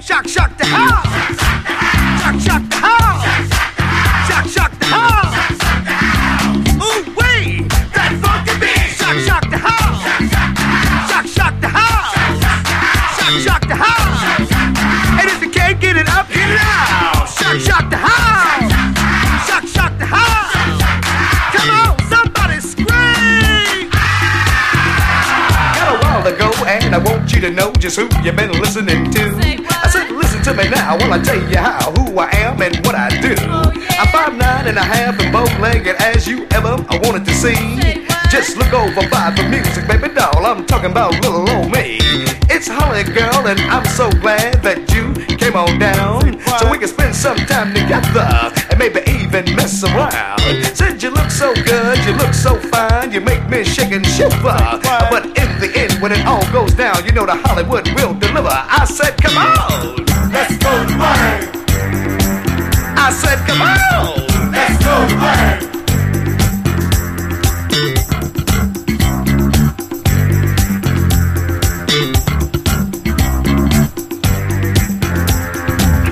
Shock, shock the house. Shock, shock the house. Shock, shock the house. Ooh wee, that funky beat. Shock, shock the house. Shock, shock the house. Shock, shock the house. And if you can't get it up, get it out. Shock, shock the house. Shock, shock the house. Come on, somebody scream. Had a while ago, and I want you to know just who you've been listening to. Say what? I said, listen to me now while I tell you how, who I am, and what I do. Oh, yeah. I'm five nine and a half and bow legged as you ever I wanted to see. Say what? Just look over by the music, baby doll. I'm talking about little old me. It's Holly Girl, and I'm so glad that you came on down so we can spend some time together and maybe even mess around. Said you look so good, you look so fine, you make me shake and shiver. But in the end, when it all goes down, you know the Hollywood will deliver. I said, come on, let's go to party. I said, come on, let's go to party.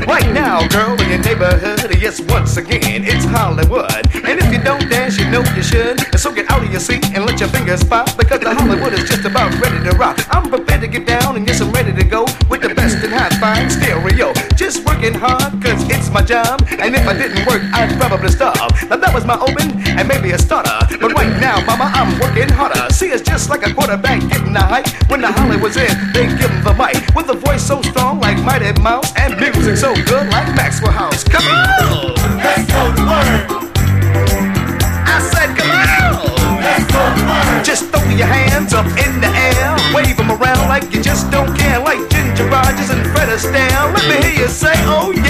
Right now, girl, in your neighborhood, yes, once again, it's Hollywood. And if you don't dance, you know you should. And so get out of your seat and let your fingers pop, because the Hollywood is just about ready to rock. I'm prepared to get down and yes, I'm ready to go with the best in high-fine stereo. Just working hard, cause it's my job. And if I didn't work, I'd probably starve. Now that was my open and maybe a starter. But right now, mama, I'm working harder. See, it's just like a quarterback getting a hike. When the Hollywood's in, they give him the mic. With a voice so strong like Mighty Mouse and music so good like Maxwell House. Come on! Let's go to work! I said, come on! Let's go to work! Just throw your hands up in the air. Wave them around like you just don't care. Like Ginger Rogers and Fred Astaire. Let me hear you say, oh yeah!